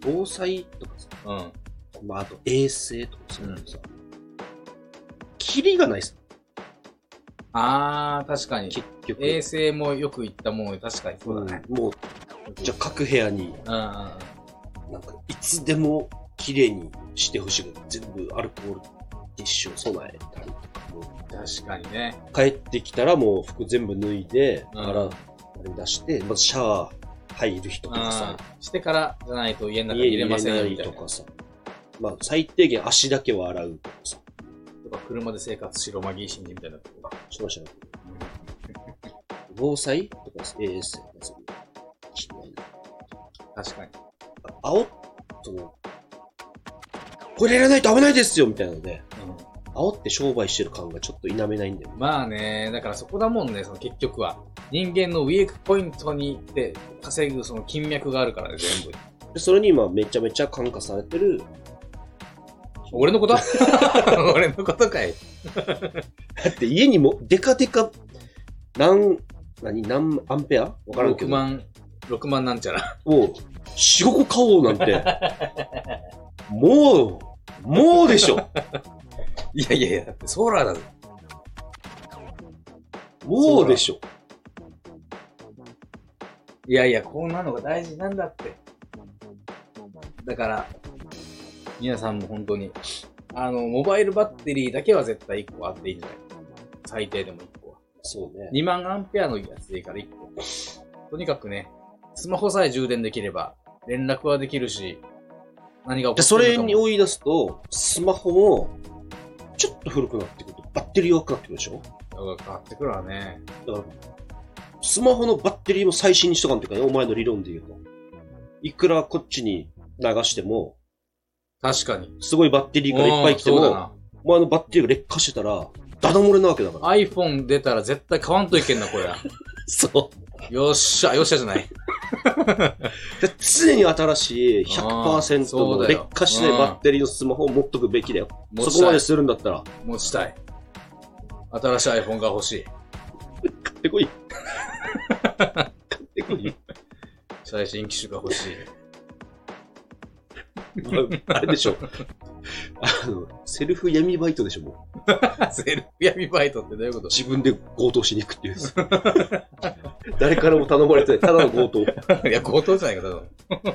S2: 防災とかさ、
S3: うん。
S2: まあ、あと衛生とかそういうのさ、キリがないさ、
S3: あー、確かに。
S2: 結局。
S3: 衛生もよく言ったもん、確かにそうだね。
S2: うんもう、じゃあ各部屋に、
S3: うんうんうん。
S2: なんか、いつでも綺麗にしてほしいけど、全部アルコールティッシュを備えたりとかもう、
S3: 確かにね。
S2: 帰ってきたらもう服全部脱いで、
S3: うん
S2: 洗う、あれ出して、まずシャワー入る人とかさ、
S3: うんしてからじゃないと家の中
S2: 家入
S3: に入れ
S2: れ
S3: ませんよ
S2: な
S3: み
S2: い
S3: たい
S2: と
S3: な。と
S2: かさ、まあ最低限足だけは洗うとかさ、
S3: か車で生活しろ、マギーシンジみたいなとこ。
S2: しましたね。防災とかさ、衛生とかさ、
S3: 確かに。
S2: 青その、これやらないと危ないですよみたいなので、煽って商売してる感がちょっと否めないんだよ。
S3: まあね、だからそこだもんね、その結局は。人間のウィークポイントに行って稼ぐその金脈があるからね、全部。
S2: でそれに今めちゃめちゃ感化されてる、
S3: 俺のこと 俺のことかい。
S2: だって家にも、デカデカ、何、何、何アンペアわからんけ
S3: 6
S2: ど。
S3: 万、6万なんちゃら。
S2: もう、4、5個買おうなんて。もう、もうでしょ。
S3: いやいやいや、だってソーラーだぞ。
S2: もうでしょ。
S3: いやいや、こんなのが大事なんだって。だから、皆さんも本当に、あの、モバイルバッテリーだけは絶対1個あっていいんじゃない最低でも1個は。
S2: そうね。
S3: 2万アンペアのやつでいいから1個。とにかくね、スマホさえ充電できれば、連絡はできるし、何
S2: で、
S3: が起こって
S2: そ
S3: る
S2: れ
S3: かも
S2: に追い出すと、スマホも、ちょっと古くなってくると、バッテリー弱くなってくるでしょ
S3: 変わってくるわね。
S2: だから、スマホのバッテリーも最新にしとかんというかね、お前の理論で言うと。いくらこっちに流しても、
S3: 確かに。
S2: すごいバッテリーからいっぱい来て
S3: うんそう
S2: も、
S3: だ
S2: お前のバッテリーが劣化してたら、ダダ漏れなわけだ から。
S3: な iPhone 出たら絶対買わんといけんな、これは。
S2: そう。
S3: よっしゃ、よっしゃじゃない。
S2: で常に新しい
S3: あー
S2: 100%
S3: そう
S2: の
S3: だよ
S2: 劣化しないバッテリーのスマホを持っとくべきだよ。
S3: 持
S2: そ
S3: ち
S2: こ
S3: た
S2: ま
S3: い
S2: で。するんだったら、
S3: 持ちたい。新しい iPhone が欲しい。
S2: 買って こい。買ってこい。
S3: 最新機種が欲しい。
S2: あれでしょ。あの、セルフ闇バイトでしょ、も
S3: セルフ闇バイトってどういうこ
S2: う。
S3: と
S2: 自分で強盗しに行くっていう。 誰からも頼まれてない、ただの強盗。
S3: いや、強盗じゃないか、多分。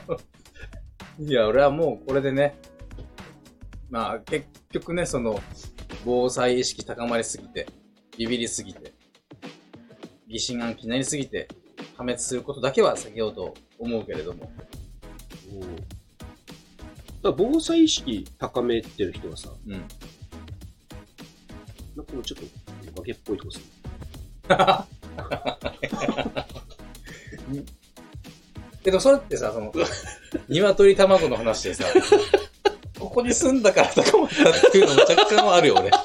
S3: いや、俺はもうこれでね、まあ結局ね、その、防災意識高まりすぎて、ビビりすぎて、疑心暗鬼になりすぎて、破滅することだけは避けようと思うけれども、
S2: だから防災意識高めてる人はさ、
S3: うん。
S2: なんかもうちょっと、崖っぽいとこさ、
S3: けど、それってさ、その、鶏卵の話でさ、ここに住んだからとかもったっていうのも若干はあるよ、 俺。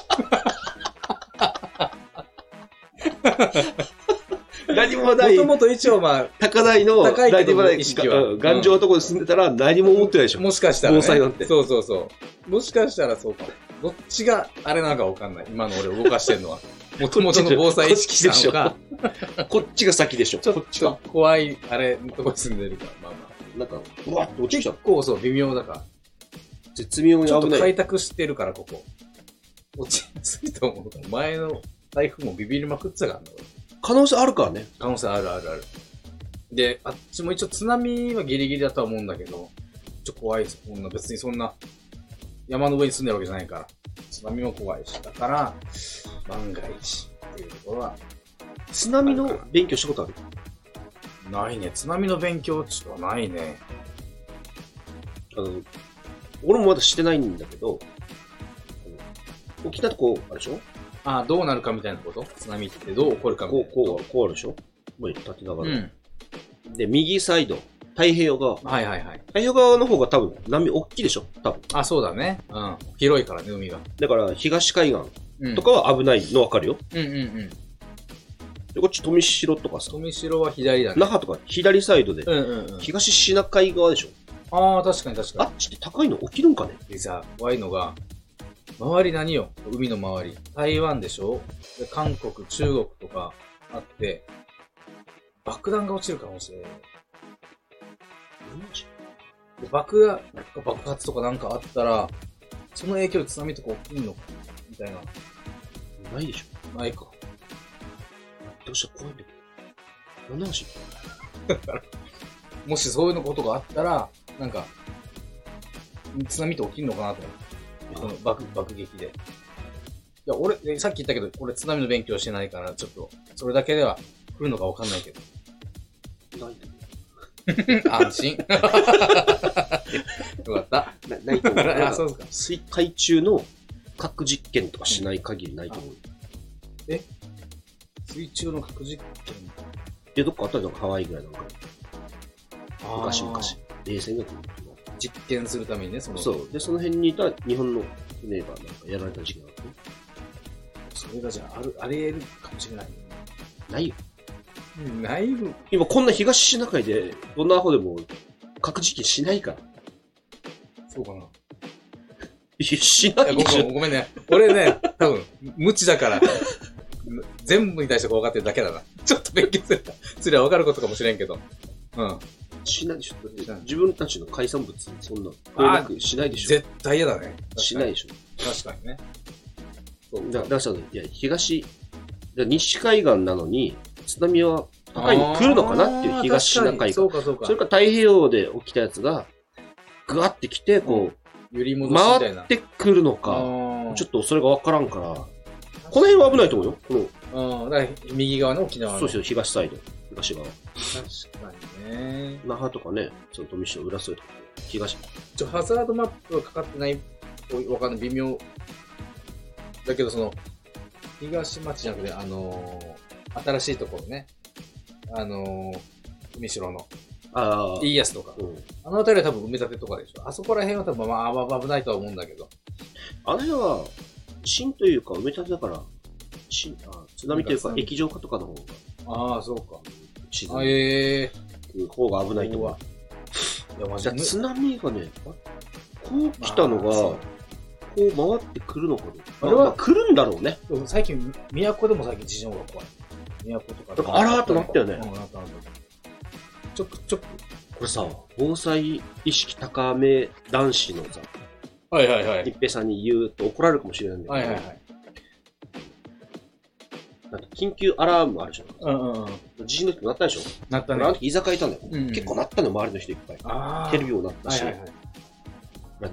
S2: 何も
S3: もともと一応、まあ、
S2: 高台の、
S3: 高いけど
S2: 何もない
S3: 意識は
S2: うん頑丈なところに住んでたら何も思ってないでしょ。
S3: もしかしたら、ね。
S2: 防災なんて
S3: そうそうそう。もしかしたらそうかも。どっちがあれなのかわかんない。今の俺を動かしてるのは。もともとの防災意識なのか、
S2: こっちが先でしょ。
S3: ちょ
S2: こ
S3: っ
S2: っちが
S3: と。怖い、あれのとこに住んでるから、まあまあ。
S2: なんか、うわって落ちて
S3: 結
S2: き
S3: 構そう、微妙だから。
S2: た。絶妙に
S3: ちょっ
S2: 危
S3: と
S2: ない。
S3: 開拓してるから、ここ。落ちやすいと思うから。前の台風もビビりまくってたからね、俺
S2: 可能性あるからね。
S3: 可能性あるあるある。で、あっちも一応津波はギリギリだとは思うんだけど、ちょっと怖いです。こんな別にそんな山の上に住んでるわけじゃないから。津波も怖いし。だから、万が一っていうところは、
S2: 津波の勉強したことある
S3: ないね。津波の勉強ちょっとないね。
S2: あの、俺もまだしてないんだけど、あの沖縄ってこう、あるでしょ
S3: ああ、どうなるかみたいなこと津波ってどう起こるかみた
S2: こ、
S3: いうな
S2: こ
S3: こ
S2: う、こうあるでしょ前に縦長
S3: う。う
S2: の。
S3: ん。
S2: で、右サイド、太平洋側。
S3: はいはいはい。
S2: 太平洋側の方が多分、波大きいでしょ多分。
S3: あ、そうだね。うん。広いからね、海が。
S2: だから、東海
S3: う
S2: 岸
S3: ん。
S2: とかは危ないのわかるよ。
S3: うんうんうん。
S2: で、こっち富城とかさ、
S3: 富城は左だね。
S2: 那覇とか左サイドで、
S3: うんうんうん。
S2: 東シナ海側でしょ
S3: ああ、確かに確か
S2: あ。
S3: に
S2: っちって高いの起きるんかね
S3: でさ、怖いのが、周り何よ海の周り。台湾でしょで、韓国、中国とかあって、爆弾が落ちる可能性。で爆弾、爆発とかなんかあったら、その影響で津波とか起きるのかみたいな。
S2: ないでしょ
S3: ないか。
S2: どうした怖いんだけど。何の話
S3: もしそういうのことがあったら、なんか、津波って起きるのかなと思って。その爆、爆撃で。いや、俺、えさっき言ったけど、俺津波の勉強してないから、ちょっと、それだけでは来るのかわかんないけど。
S2: ないんだ
S3: 安心。 よかった。
S2: けど。なないと思う
S3: あ、そうですか。
S2: 水海中の核実験とかしない限りないと思う。
S3: 水中の核実験。
S2: で、どっかあったじゃん、ハワイぐらいなんか。昔々
S3: あ。
S2: 冷戦が来る
S3: ー。実験するためにね、その。
S2: そ。う。で、その辺にいた日本の船がなんかやられた時期があって。
S3: それがじゃあ、ある、あり得るかもしれない。
S2: ないよ。
S3: ないぶ。
S2: 今こんな東シナ海で、どんなアホでも核実験しないから。
S3: そうかな。
S2: いやしないい
S3: や
S2: で
S3: ご
S2: し
S3: め
S2: ょ
S3: ん、。ごめんね。俺ね、多分、無知だから。全部に対して怖がってるだけだな。ちょっと勉強すれば、すりゃ分かることかもしれんけど。うん。
S2: しないでしょ。だって
S3: しない
S2: 自分たちの海産物、そんな、これなくしないでしょ。
S3: 絶対嫌だね。
S2: しない
S3: い。
S2: でしょ。
S3: 確かにね。そう
S2: だだからさ、いや、東、だ西海岸なのに、津波は高いの来るのかなっていう東シナ
S3: あー確か
S2: 海
S3: にそ
S2: が。
S3: うかそうか。
S2: それか太平洋で起きたやつが、ぐわってきて、こ
S3: 揺り
S2: う、
S3: 戻しみた
S2: 回
S3: いな。
S2: ってくるのか、
S3: あ
S2: ちょ
S3: っ
S2: っとそれがわからんから、この辺は危ないと思うよ。こ
S3: と。うん、だから右側の沖
S2: の、
S3: 縄の。
S2: そうですよ、東サイド、東側。
S3: 確かにね。
S2: 那覇とかね、その富士の浦添とか、東、
S3: ちょ、ハザードマップがかかってない、おわかんない、微妙。だけど、その、東町じゃなくて、あのー新しいところね。あのー、海城の、
S2: ああ、
S3: イーヤスとか。
S2: うん
S3: あの辺りは多分埋め立てとかでしょ。あそこら辺は多分、まあまあ、危ないとは思うんだけど。
S2: あの辺は、新というか埋め立てだから、新あ津波という
S3: な
S2: か
S3: んか津波
S2: 液状化とかの方が、
S3: ああ、そうか。
S2: 沈
S3: あ
S2: む
S3: ええ
S2: 方が危ないと思う。
S3: ー。いや、マ
S2: じ
S3: ジ
S2: ゃあ
S3: で。
S2: 津波がね、こう来たのが、
S3: まあそう
S2: こう回ってくるのか
S3: あ
S2: な。あ
S3: れ
S2: れ
S3: は
S2: は来るんだろうね。
S3: でも最近、都でも最近事情が怖い。都とかで
S2: なんかあらーっとなったよね
S3: うん、なったなった。ちょくちょく。
S2: これさ、防災意識高め男子のさ、
S3: はいはいは
S2: 一。平さんに言うと怒られるかもしれないんだ
S3: はい
S2: け
S3: は
S2: ど、
S3: いはい。
S2: なんか緊急アラームあるじゃ
S3: うんうんうん。
S2: ん。地震の時もなったでしょ。
S3: なった
S2: 俺
S3: ね
S2: あの。時居酒屋いたんだよ。
S3: うんうん
S2: 結構なったのよ、周りの人いっぱい。
S3: あ
S2: テレビもなった
S3: はい
S2: し、
S3: はいはい。
S2: あの、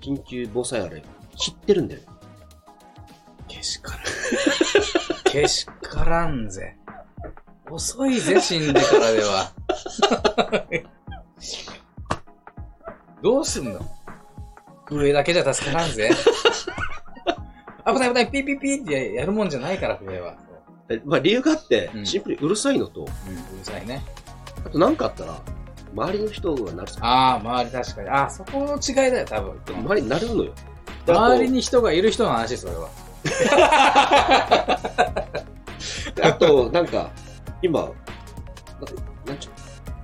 S2: 緊急防災アラーム、知ってるんだよね。
S3: けしからん。けしからんぜ。遅いぜ、死んでから では。どうすんの上だけじゃ助からんぜ。危ない危ない、ピーピーピーってやるもんじゃないから、笛は。
S2: えまあ理由があって
S3: う、ん
S2: シンプルにうるさいのと、
S3: うん、うるさいね。
S2: あと何かあったら、周りの人がなるさ、
S3: ああ、周り確かに。ああ、そこの違いだよ、多分。
S2: 周りになるのよ。であと
S3: 周りに人がいる人の話です、それは。
S2: あと、なんか、今、なんかなんちゅうの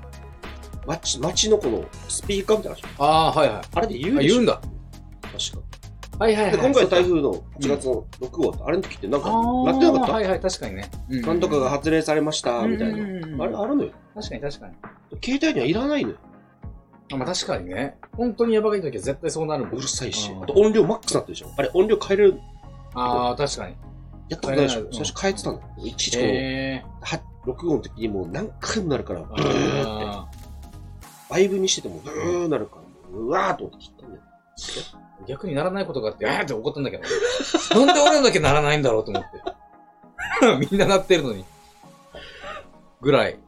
S2: 街、街のこのスピーカーみたいなのあるじゃん
S3: ああ、はいはい。
S2: あれで言う
S3: あ、
S2: でし
S3: 言
S2: ょ
S3: うんだ。
S2: 確か。
S3: はいはいはい。
S2: で、今回台
S3: 風
S2: 風の1月の6号って、あれの時ってなんか、
S3: ああ、
S2: なってなかった
S3: はいはい、確かにね。うん
S2: なんとかが発令されました、みたい
S3: うんうんうんうん
S2: な。あれ、あるのよ。
S3: 確かに確かに。
S2: 携帯にはいらないのよ。
S3: あまあ確かにね。本当にやばい時は絶対そうなるもん。
S2: うるさいし
S3: う。ん
S2: あと音量マックスなってるでしょ。あれ、音量変えれる、
S3: ああ、確かに。
S2: やったことないでしょ
S3: 変えれ。な
S2: 最
S3: い
S2: 初変えてたの。いちいちこの、
S3: へえ。
S2: は6号の時にもう何回もなるから、ブーって。
S3: あ
S2: バイブにしててもブーなるから、うわーっと思って切ったんだよ。
S3: ー逆にならないことがあって、えーって怒ったんだけど。なんで俺らだけならないんだろうと思って。 みんななってるのに。ぐらい。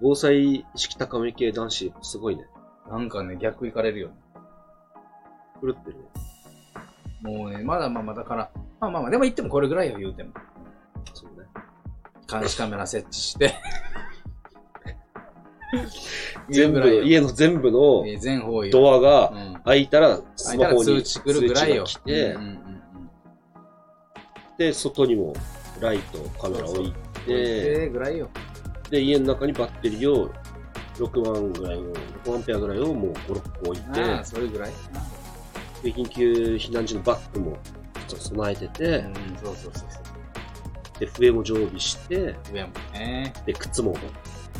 S2: 防災意識高め系男子、すごいね。
S3: なんかね、逆いかれるよね。
S2: 狂ってるね。
S3: もうね、まだまあまあだから、まあまあまあ、でも言ってもこれぐらいよ、言うても。
S2: そうね。
S3: 監視カメラ設置して。
S2: 全部、
S3: 家
S2: 家の全部の
S3: 全方位を。
S2: ドア
S3: う
S2: が
S3: ん。
S2: 開いたら、
S3: あ
S2: ス
S3: い
S2: マ
S3: たら
S2: ホ
S3: 通
S2: に
S3: 知来るぐらいよ。
S2: 通知が来て
S3: うん、うんうんうん
S2: で、外にもライト、カメラ置いて、
S3: ぐらいよ。
S2: で、家の中にバッテリーを6万ぐらいを、6万ペアぐらいをもう5、6個置い
S3: ああ、
S2: て、
S3: それぐらい。
S2: で緊急避難時のバッグもちょっと備えて
S3: う
S2: て、
S3: ん、そうそうそうそう。
S2: で、笛も常備して、
S3: 上もね。
S2: で、靴も、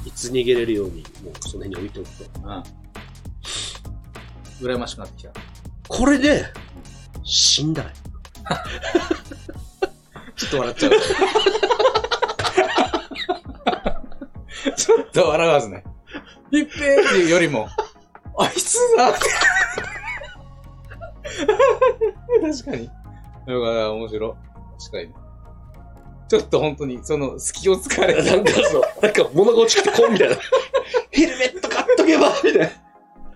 S2: いつ逃げれるように、もうその辺に置いておくと。
S3: うん。羨ましくなってきた。
S2: これで、死んだね。
S3: ちょっと笑っちゃう。ちょっと笑うはずね。いっぺーっていうよりも、あいつだって 確かに。よかった、面白い。確かに。ちょっと本当に、その、隙を突かれた。
S2: な んかそう、なんか物が落ちてこうみたいな。 ヘルメット買っとけばみたい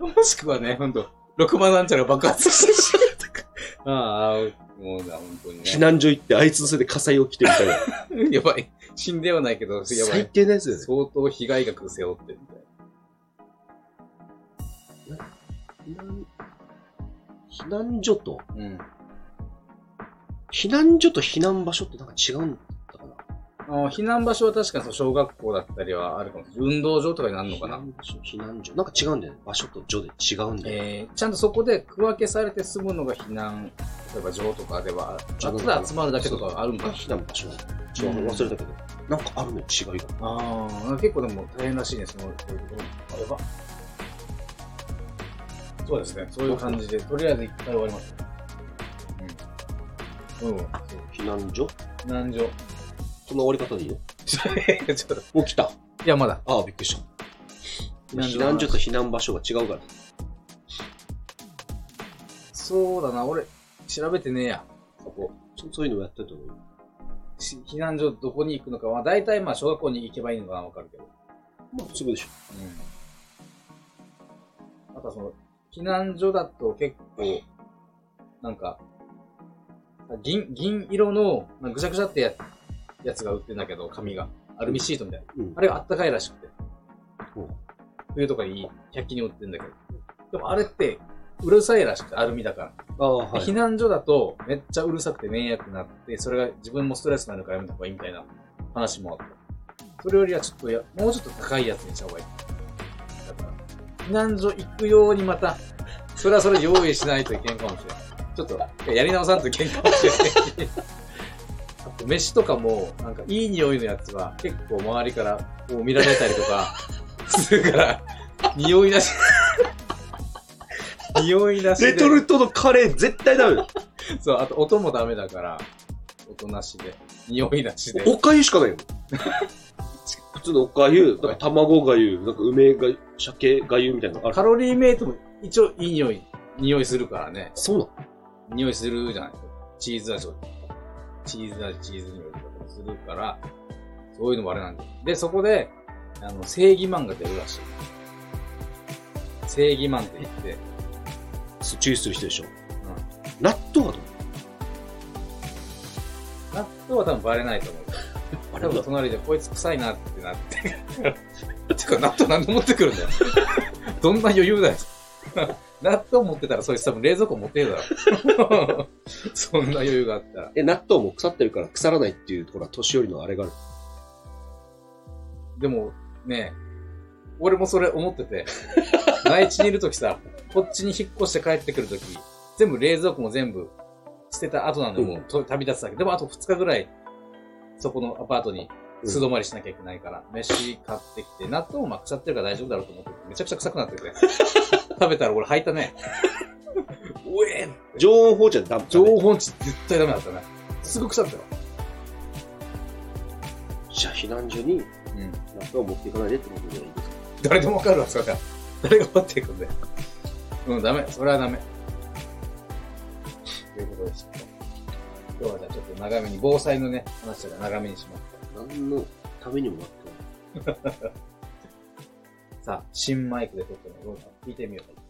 S2: な。
S3: もしくはね、ほんと、6万なんちゃら爆発してしまったか。ああ、もうな、本当に
S2: 避
S3: ね。
S2: 難所行って、あいつのせいで火災起きてみたいな。
S3: やばい。死んではないけど、やば
S2: 最
S3: い。
S2: 低なやつだよね。
S3: 相当被害額背負ってるみたいな。
S2: 避難避難所と、
S3: うん。
S2: 避難所と避難場所ってなんか違うんだったかな。
S3: あ避難場所は確かにその小学校だったりはあるかもしれない。運動場とかになるのかな
S2: 避。難所、避難所。なんか違うんだよね。場所と所で違うんだよね。
S3: えー、ちゃんとそこで区分けされて住むのが避難、例えば場とかでは、ただ集まるだけとかはあるんかな。
S2: 避難場所なんだよちょっと忘れたけど、なんかあるのよ違いが。
S3: ああ、結構でも大変らしいね、その、そういうところ。あれば。そうですね、そういう感じで、とりあえず一回終わりました。うん。うん、そう。
S2: 避難所
S3: 避難所。
S2: この終わり方でいいの
S3: ちょっと、
S2: もう来た。
S3: いや、まだ。
S2: ああ、びっくりした。
S3: 避難所
S2: 避難所と避難場所が違うから。
S3: そうだな、俺、調べてねえや。そこ。
S2: そそういうのもやってると思う。
S3: し避難所どこに行くのかは、大体まあ小学校に行けばいいのかな、わかるけど。
S2: まあ、すぐでしょ。
S3: うん。あとはその、避難所だと結構、なんか、銀、銀色の、なんかぐちゃぐちゃってややつが売ってるんだけど、紙が。アルミシートみたいな。
S2: うん
S3: あ。れがあったかいらしくて
S2: うん。
S3: 冬とかに100均に売ってるんだけど。でもあれって、うるさいらしくて、アルミだから。
S2: ああ、は
S3: 避
S2: い。
S3: 難所だとめっちゃうるさくて迷惑になって、それが自分もストレスになるからやめた方がいいみたいな話もあった。それよりはちょっとや、もうちょっと高いやつにした方がいい。だから、避難所行くようにまた、それはそれ用意しないといけんかもしれない。ちょっと、やり直さんといけんかもしれない。あと、飯とかも、なんか、いい匂いのやつは、結構周りから、こう見られたりとか、するから、匂い出し、 匂い出しで。
S2: レトルトのカレー絶対ダメだよ。
S3: そう、あと音もダメだから、音なしで、匂いなしで。
S2: おかゆしかない よ。普通のおかゆ、なんか卵がゆ、なんか梅がゆ、鮭がゆみたいなのあ
S3: カ
S2: る。
S3: ロリーメイトも一応いい匂い、匂いするからね。
S2: そうなの
S3: 匂いするじゃないチーズ味とかチーズ味、チーズ匂いとかもするから、そういうのもあれなんだよ。で、そこで、あの、正義マンが出るらしい。正義マンって言って、
S2: そう注意する人でしょ。納豆はどう
S3: 納豆は多分バレないと思う。
S2: あ
S3: 多
S2: れ
S3: 分
S2: は
S3: 隣でこいつ臭いなってなって。 てか納豆なんで持ってくるんだよ。 どんな余裕だよ。 納豆持ってたらそいつ多分冷蔵庫持ってねえだろ。 そんな余裕があったら。
S2: え、納豆も腐ってるから腐らないっていうところは年寄りのあれがある。
S3: でもね、俺もそれ思って て、内地にいるときさ、こっちに引っ越して帰ってくるとき、全部冷蔵庫も全部捨てた後なのよもうと旅立つだけ。でもあと2日ぐらい、そこのアパートに素泊まりしなきゃいけないから、飯買ってきて、納豆もまあ腐ってるから大丈夫だろうと思って、めちゃくちゃ臭くなって て。食べたら俺吐いた ね。おえ
S2: 常温放置はダメ。
S3: 情報値絶対ダメだったね。すぐ腐ったよ。
S2: じゃあ避難所に
S3: うん。
S2: 納豆を持っていかないでってことでいいですか
S3: 誰でもわかるわ、それは。誰が持っていくんだよ。うん、ダメ。それはダメ。ということです。今日はじゃあちょっと長めに、防災のね、話は長めにします。
S2: 何のためにもなってない。
S3: さあ、新マイクで撮ってるのどうか聞いてみようか。